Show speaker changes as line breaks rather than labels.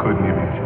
couldn't even